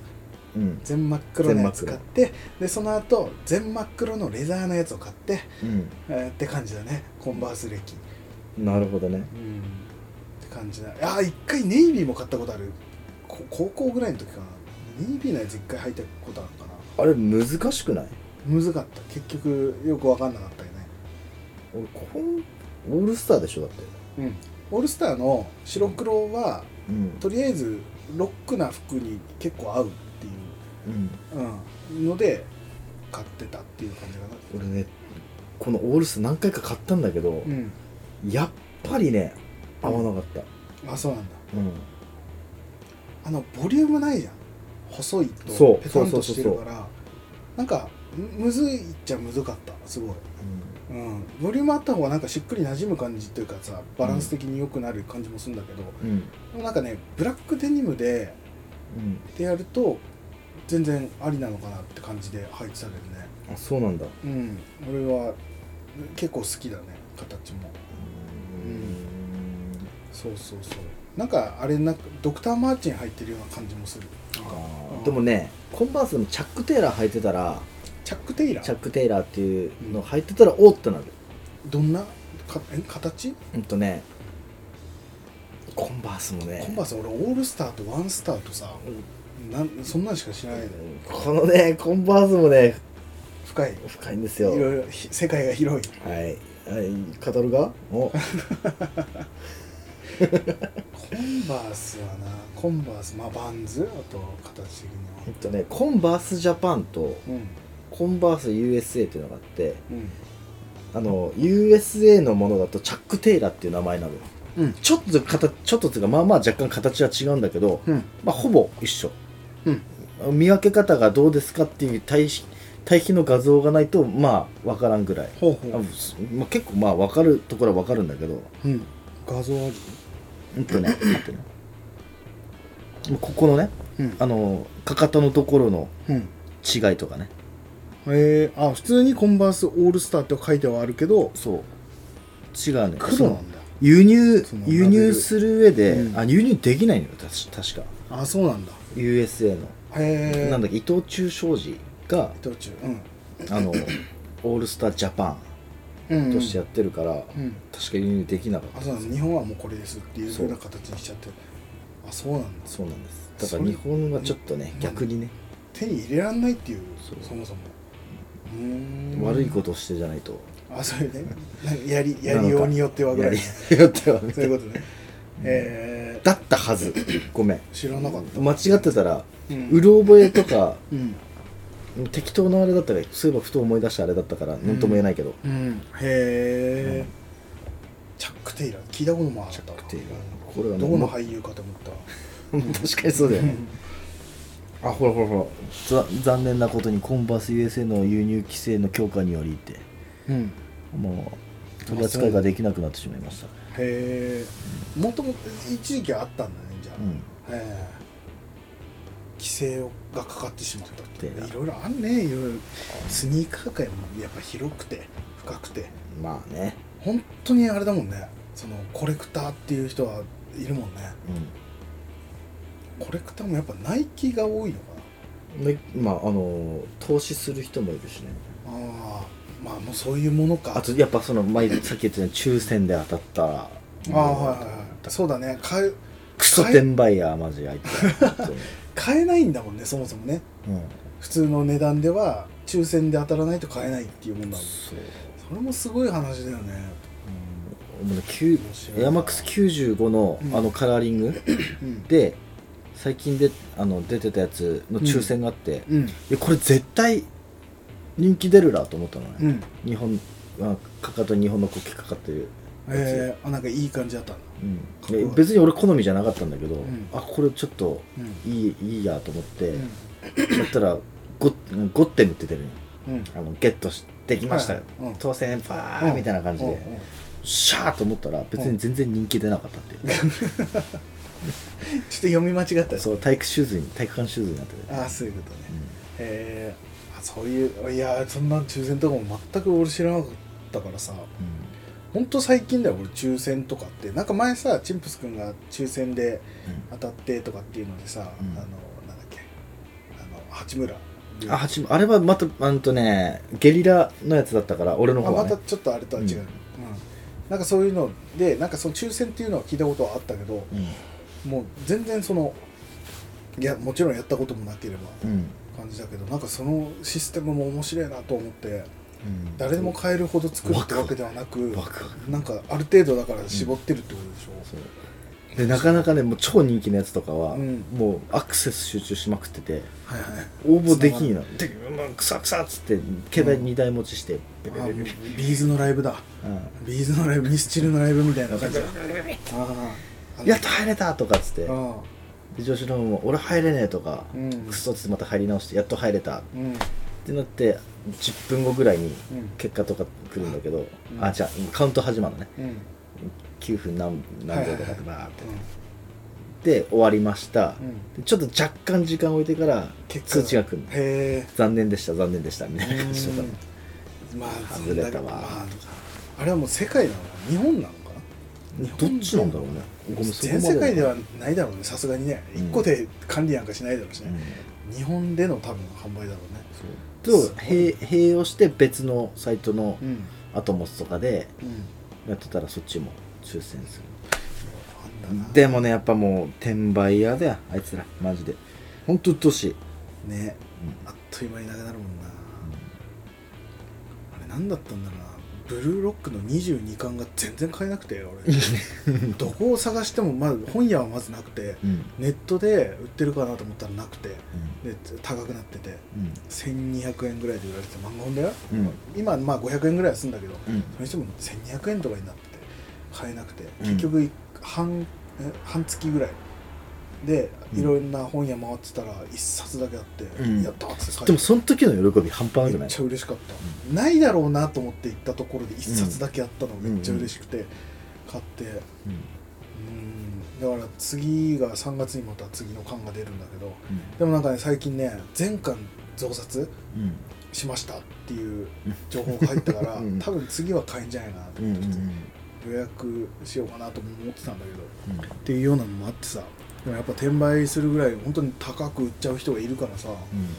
[SPEAKER 3] うん
[SPEAKER 2] 全真っ黒のやつ買ってでその後全真っ黒のレザーのやつを買って、
[SPEAKER 3] うん
[SPEAKER 2] えーって感じだねコンバース歴
[SPEAKER 3] なるほどね
[SPEAKER 2] うんって感じだあー一回ネイビーも買ったことあるこ高校ぐらいの時かなネイビーのやつ一回履いたことあるかな
[SPEAKER 3] あれ難しくない
[SPEAKER 2] むずかった結局よく分かんなかったよね
[SPEAKER 3] 俺こんオールスターでしょだって
[SPEAKER 2] うんオールスターの白黒は
[SPEAKER 3] うん
[SPEAKER 2] とりあえずロックな服に結構合うっていう
[SPEAKER 3] うん、
[SPEAKER 2] うん、ので買ってたっていう感じかな
[SPEAKER 3] 俺ねこのオールスター何回か買ったんだけど
[SPEAKER 2] う、ん
[SPEAKER 3] やっぱりね合わなかった
[SPEAKER 2] あそうなんだ
[SPEAKER 3] うん、
[SPEAKER 2] あのボリュームないじゃん細い
[SPEAKER 3] そ
[SPEAKER 2] と
[SPEAKER 3] う
[SPEAKER 2] ペタンとしてる
[SPEAKER 3] そうそ
[SPEAKER 2] か
[SPEAKER 3] う
[SPEAKER 2] らなんかむむずいっちゃむずかったすごい、うん、ボリュームあった方がなんかしっくりなじむ感じというかさバランス的に良くなる感じもするんだけど、
[SPEAKER 3] うんうん
[SPEAKER 2] でもなんかねブラックデニムで
[SPEAKER 3] うん
[SPEAKER 2] でやると全然ありなのかなって感じで配置されるね
[SPEAKER 3] あそうなんだ
[SPEAKER 2] うん俺は結構好きだね形も
[SPEAKER 3] うん
[SPEAKER 2] そうそうそうなんかあれなんかドクター・マーチン入ってるような感じもするなんか
[SPEAKER 3] あーでもねコンバースのチャック・テイラー履いてたら
[SPEAKER 2] チャック・テイラー
[SPEAKER 3] チャック・テイラーっていうの履いてたらおーってなる
[SPEAKER 2] どんなかえ形
[SPEAKER 3] うんとねコンバースもね
[SPEAKER 2] コンバース俺オールスターとワンスターとさなんそんなんしか知らないのよ
[SPEAKER 3] このねコンバースもね
[SPEAKER 2] 深いい
[SPEAKER 3] 深いんですよはい、
[SPEAKER 2] ろいろひ世界が広い
[SPEAKER 3] はい、語るが お
[SPEAKER 2] コンバースはなコンバースまあバンズあと形的に
[SPEAKER 3] え
[SPEAKER 2] は
[SPEAKER 3] っとねコンバースジャパンと
[SPEAKER 2] うん
[SPEAKER 3] コンバース USA っていうのがあって
[SPEAKER 2] うん
[SPEAKER 3] あの USA のものだとチャック・テイラーっていう名前なのよ
[SPEAKER 2] うん
[SPEAKER 3] ちょっと形ちょっとっていうかまあまあ若干形は違うんだけど、
[SPEAKER 2] うん
[SPEAKER 3] まあ、ほぼ一緒、
[SPEAKER 2] うん
[SPEAKER 3] 見分け方がどうですかっていう対比対比の画像がないとまあ分からんぐらい、
[SPEAKER 2] ほうほ
[SPEAKER 3] あ
[SPEAKER 2] う
[SPEAKER 3] すまあ、結構まあ分かるところは分かるんだけど
[SPEAKER 2] うん画像ある
[SPEAKER 3] う んとね待ってねまあここのね
[SPEAKER 2] うん
[SPEAKER 3] あのかかとのところの
[SPEAKER 2] うん
[SPEAKER 3] 違いとかね
[SPEAKER 2] えー、あ普通にコンバースオールスターって書いてはあるけど
[SPEAKER 3] そう違うねそ
[SPEAKER 2] 黒な
[SPEAKER 3] の
[SPEAKER 2] んだ
[SPEAKER 3] 輸入
[SPEAKER 2] その
[SPEAKER 3] 輸入する上で、
[SPEAKER 2] うん
[SPEAKER 3] あ輸入できないのよたし確か
[SPEAKER 2] あそうなんだ
[SPEAKER 3] USA の、
[SPEAKER 2] へえ
[SPEAKER 3] なんだっけ伊藤忠商事が
[SPEAKER 2] 途中うん
[SPEAKER 3] あのオールスタージャパ
[SPEAKER 2] うんう
[SPEAKER 3] ン
[SPEAKER 2] ん
[SPEAKER 3] としてやってるから、
[SPEAKER 2] うん
[SPEAKER 3] 確か輸入できなかった
[SPEAKER 2] あそうなんだ日本はもうこれですっていうふうな形にしちゃってあそうなんだ
[SPEAKER 3] そうなんですだ
[SPEAKER 2] そ
[SPEAKER 3] から
[SPEAKER 2] れ
[SPEAKER 3] 日本はちょっとね
[SPEAKER 2] うん
[SPEAKER 3] 逆にね、
[SPEAKER 2] 手に入れらんないっていう
[SPEAKER 3] そう
[SPEAKER 2] そもそもうーん
[SPEAKER 3] 悪いことをしてじゃないと
[SPEAKER 2] あそれねなんかやりやりようによってはぐ
[SPEAKER 3] や
[SPEAKER 2] らい
[SPEAKER 3] り やってはみ
[SPEAKER 2] そ
[SPEAKER 3] た
[SPEAKER 2] うい
[SPEAKER 3] いうな
[SPEAKER 2] ことねえ
[SPEAKER 3] だったはずごめん
[SPEAKER 2] ー、知らなかった
[SPEAKER 3] 間違ってたら
[SPEAKER 2] うん
[SPEAKER 3] うろ覚えとか
[SPEAKER 2] うん、
[SPEAKER 3] 適当なあれだったらそういえばふと思い出したあれだったから何とも言えないけど、
[SPEAKER 2] うん、へえ、チャック・テイラー聞いたこともあったチャッ
[SPEAKER 3] クテイラーこれは
[SPEAKER 2] どこの俳優かと思ったわ
[SPEAKER 3] 確かにそうだよねあほらほらほらざ残念なことにコンバース USA の輸入規制の強化によりって
[SPEAKER 2] うん
[SPEAKER 3] もう取り扱いができなくなってしまいました
[SPEAKER 2] へえもともと一時期あったんだねじゃあ、
[SPEAKER 3] うん
[SPEAKER 2] ええ規制がかかってしまったと
[SPEAKER 3] で
[SPEAKER 2] いろいろあんねいろいろスニーカー界もやっぱ広くて深くて
[SPEAKER 3] まあね、
[SPEAKER 2] 本当にあれだもんねそのコレクターっていう人はいるもんねコレクターもやっぱナイキが多いのか
[SPEAKER 3] うん、でまああの投資する人もいるしね
[SPEAKER 2] なああまあもうそういうものか
[SPEAKER 3] あとやっぱその前さっき言ったように抽選で当たったら
[SPEAKER 2] ああはいはいはいそうだね買え
[SPEAKER 3] クソ転売ヤーマジあいつ本当に
[SPEAKER 2] 買えないんだもんねそもそもね
[SPEAKER 3] うん
[SPEAKER 2] 普通の値段では抽選で当たらないと買えないっていうもんだもん
[SPEAKER 3] そう
[SPEAKER 2] それもすごい話だよね
[SPEAKER 3] うんもうね9
[SPEAKER 2] 面白い
[SPEAKER 3] エアマックス95の
[SPEAKER 2] うん
[SPEAKER 3] あのカラーリング
[SPEAKER 2] うん
[SPEAKER 3] で最近であの出てたやつの抽選があって、い
[SPEAKER 2] うん
[SPEAKER 3] やこれ絶対人気出るなと思ったの
[SPEAKER 2] う
[SPEAKER 3] ね、
[SPEAKER 2] ん
[SPEAKER 3] 日本あかかとに日本の国旗かかってる、
[SPEAKER 2] えー、あなんかいい感じだったんだ
[SPEAKER 3] うん、
[SPEAKER 2] っこいい
[SPEAKER 3] で別に俺好みじゃなかったんだけど、
[SPEAKER 2] ん
[SPEAKER 3] あこれちょっと
[SPEAKER 2] うん
[SPEAKER 3] いいいいやと思って、
[SPEAKER 2] うん
[SPEAKER 3] だったら 5, 5点って出てるの
[SPEAKER 2] うん
[SPEAKER 3] あのゲットしできましたよ、
[SPEAKER 2] はいうん
[SPEAKER 3] 当選バーみたいな感じで、
[SPEAKER 2] うんうん
[SPEAKER 3] シャーと思ったら別に全然人気出なかったっていう、
[SPEAKER 2] ちょっと読み間違った
[SPEAKER 3] そう体育シューズに体育館シューズになってて、
[SPEAKER 2] ああそういうことねえー、あそういういやーそんな抽選とかも全く俺知らなかったからさ
[SPEAKER 3] うん
[SPEAKER 2] ほんと最近だよ俺抽選とかってなんか前さチンプス君が抽選で当たってとかっていうのでさ、
[SPEAKER 3] う
[SPEAKER 2] あ
[SPEAKER 3] ん
[SPEAKER 2] のなんだっけあの八村
[SPEAKER 3] う
[SPEAKER 2] で
[SPEAKER 3] んあ八村あれはまたあんとねゲリラのやつだったから俺の
[SPEAKER 2] あ
[SPEAKER 3] 方は、
[SPEAKER 2] ま
[SPEAKER 3] ね
[SPEAKER 2] たちょっとあれとは違う、うん
[SPEAKER 3] うん
[SPEAKER 2] なんかそういうのでなんかその抽選っていうのは聞いたことはあったけどもう全然そのいやもちろんやったこともなければ
[SPEAKER 3] うん、うん
[SPEAKER 2] 感じだけどなんかそのシステムも面白いなと思って
[SPEAKER 3] うん
[SPEAKER 2] 誰でも買えるほど作るってわけではなく
[SPEAKER 3] ワクワク
[SPEAKER 2] なんかある程度だから絞ってるってことでしょ、
[SPEAKER 3] そうでなかなかねもう超人気のやつとかは、
[SPEAKER 2] うん
[SPEAKER 3] もうアクセス集中しまくってて
[SPEAKER 2] はいはい
[SPEAKER 3] 応募できんのでまあくさくさっつって携帯2台持ちして、ビビ
[SPEAKER 2] あ
[SPEAKER 3] ビビビ
[SPEAKER 2] ビーズのライブだ
[SPEAKER 3] うん
[SPEAKER 2] ビーズのライブミスチルのライブみたいな感じだああ
[SPEAKER 3] やっと入れたとかっつって
[SPEAKER 2] ああ
[SPEAKER 3] で上司の方も「俺入れねえ」とか
[SPEAKER 2] うん
[SPEAKER 3] 「クソ」っつってまた入り直してやっと入れたっ
[SPEAKER 2] うんうん
[SPEAKER 3] てなって10分後ぐらいに
[SPEAKER 2] うん
[SPEAKER 3] 結果とか来るんだけど、
[SPEAKER 2] うん
[SPEAKER 3] あじゃあカウント始まるのね
[SPEAKER 2] うんうん
[SPEAKER 3] 9分何何秒とか
[SPEAKER 2] はいはいは
[SPEAKER 3] でバーって、で終わりました、
[SPEAKER 2] うん
[SPEAKER 3] でちょっと若干時間置いてから
[SPEAKER 2] 結果
[SPEAKER 3] 通知が来るの
[SPEAKER 2] へ
[SPEAKER 3] 残念でした残念でしたみたいな
[SPEAKER 2] え
[SPEAKER 3] 感じだったの
[SPEAKER 2] まあ
[SPEAKER 3] 外れたわ
[SPEAKER 2] まあ、あれはもう世界なのかな日本なのかな
[SPEAKER 3] どっちなんだろうねごめんそこま
[SPEAKER 2] 全世界で
[SPEAKER 3] は、
[SPEAKER 2] はないだろうねさすがにね
[SPEAKER 3] う
[SPEAKER 2] 一
[SPEAKER 3] ん
[SPEAKER 2] 個で管理なんかしないだろうし
[SPEAKER 3] うん
[SPEAKER 2] ね、日本での多分販売だろうね
[SPEAKER 3] そうと併併用して別のサイトの
[SPEAKER 2] うん
[SPEAKER 3] 後持つとかで
[SPEAKER 2] うん
[SPEAKER 3] やってたらそっちも抽選する
[SPEAKER 2] あんだな
[SPEAKER 3] でもねやっぱもう転売屋だよあいつらマジでほんとうっとうしい、
[SPEAKER 2] ね
[SPEAKER 3] う
[SPEAKER 2] あっという間になくなるもんなあれ何だったんだろうなブルーロックの22巻が全然買えなくて 俺どこを探してもまず本屋はまずなくて
[SPEAKER 3] んうん
[SPEAKER 2] ネットで売ってるかなと思ったらなくてで高くなってて1200円ぐらいで売られてた漫画本だよ
[SPEAKER 3] うんうん
[SPEAKER 2] 今まあ500円ぐらいはするんだけど
[SPEAKER 3] うん
[SPEAKER 2] それにしても1200円とかになってて買えなくて
[SPEAKER 3] うん
[SPEAKER 2] 結局半え半月ぐらいで
[SPEAKER 3] うん
[SPEAKER 2] いろんな本屋回ってたら1冊だけあって
[SPEAKER 3] うん
[SPEAKER 2] やったーっつって買え
[SPEAKER 3] で
[SPEAKER 2] た
[SPEAKER 3] もその時の喜び半端なく
[SPEAKER 2] め
[SPEAKER 3] な
[SPEAKER 2] っ
[SPEAKER 3] い
[SPEAKER 2] ちゃ嬉しかった、ないだろうなと思って行ったところで1冊だけあったのめっちゃ嬉しくて買って
[SPEAKER 3] うん
[SPEAKER 2] うんだから次が3月にまた次の巻が出るんだけど
[SPEAKER 3] うん
[SPEAKER 2] でもなんかね最近ね全巻増刷
[SPEAKER 3] うん
[SPEAKER 2] しましたっていう情報が入ったから、
[SPEAKER 3] うん
[SPEAKER 2] 多分次は買えんじゃないかなと
[SPEAKER 3] うん
[SPEAKER 2] 思
[SPEAKER 3] う
[SPEAKER 2] っ
[SPEAKER 3] ん
[SPEAKER 2] て、
[SPEAKER 3] うん
[SPEAKER 2] 予約しようかなとも思ってたんだけどっ
[SPEAKER 3] うん
[SPEAKER 2] ていうようなのもあってさでもやっぱ転売するぐらい本当に高く売っちゃう人がいるからさ、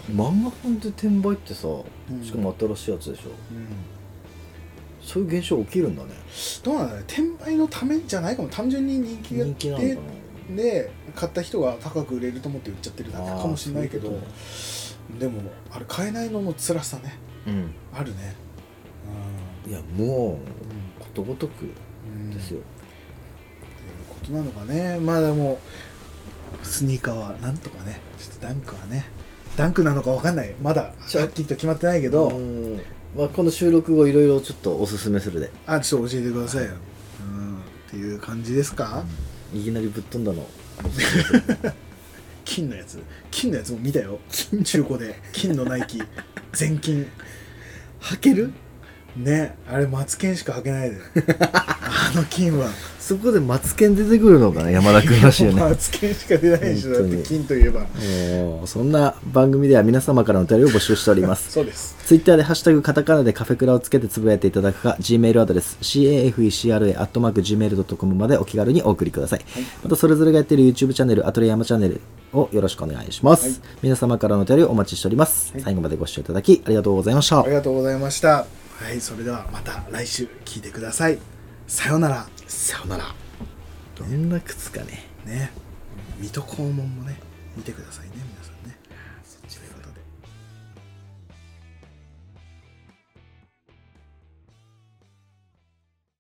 [SPEAKER 3] うん漫画本で転売ってさ
[SPEAKER 2] ん
[SPEAKER 3] しかも新しいやつでし
[SPEAKER 2] う
[SPEAKER 3] ょ
[SPEAKER 2] ん
[SPEAKER 3] そういう現象起きるんだね
[SPEAKER 2] どうなんだろうね転売のためじゃないかも単純に人気が出
[SPEAKER 3] 人気なのかな
[SPEAKER 2] で買った人が高く売れると思って売っちゃってるだけかもしれないけど
[SPEAKER 3] あーそういうこ
[SPEAKER 2] でもあれ買えないのの辛さね
[SPEAKER 3] うん
[SPEAKER 2] あるね
[SPEAKER 3] いやも
[SPEAKER 2] うん、
[SPEAKER 3] うことごとく
[SPEAKER 2] うん
[SPEAKER 3] ですよ
[SPEAKER 2] っていうことなのかねまあでもスニーカーはなんとかねちょっとダンクはねダンクなのかわかんないまだ
[SPEAKER 3] ちょ
[SPEAKER 2] はっきりと決まってないけ
[SPEAKER 3] け
[SPEAKER 2] ど、
[SPEAKER 3] まあこの収録後いろいろちょっとおすすめするで
[SPEAKER 2] あちょっと教えてくださいよ、うん、っていう感じですか、
[SPEAKER 3] いきなりぶっ飛んだの
[SPEAKER 2] 金のやつ金のやつも見たよ中古で金のナイキ全金
[SPEAKER 3] 履ける
[SPEAKER 2] ねあれマツケンしか履けないでああの金は
[SPEAKER 3] そこでマツケン出てくるのかな山田君らし いよね
[SPEAKER 2] マツケンしか出ないでしょだっ
[SPEAKER 3] 本当
[SPEAKER 2] て
[SPEAKER 3] に
[SPEAKER 2] 金といえば
[SPEAKER 3] おーそんな番組では皆様からのお便りを募集しております
[SPEAKER 2] そうです
[SPEAKER 3] ツイッターでハッシュタグカタカナでカフェクラをつけてつぶやいていただくか、Gmail アドレス、cafecra.gmail.com までお気軽にお送りください。また、それぞれがやっている YouTube チャンネル、アトレヤマチャンネルをよろしくお願いします。
[SPEAKER 2] はい
[SPEAKER 3] 皆様からのお便りをお待ちしております。
[SPEAKER 2] はい
[SPEAKER 3] 最後までご視聴いただき、ありがとうございました
[SPEAKER 2] あり。がとうございましたはいそれではまた来週聞いてくださいさようなら
[SPEAKER 3] さよなら。どんな靴かね。
[SPEAKER 2] ね水戸黄門もね見てくださいね皆さん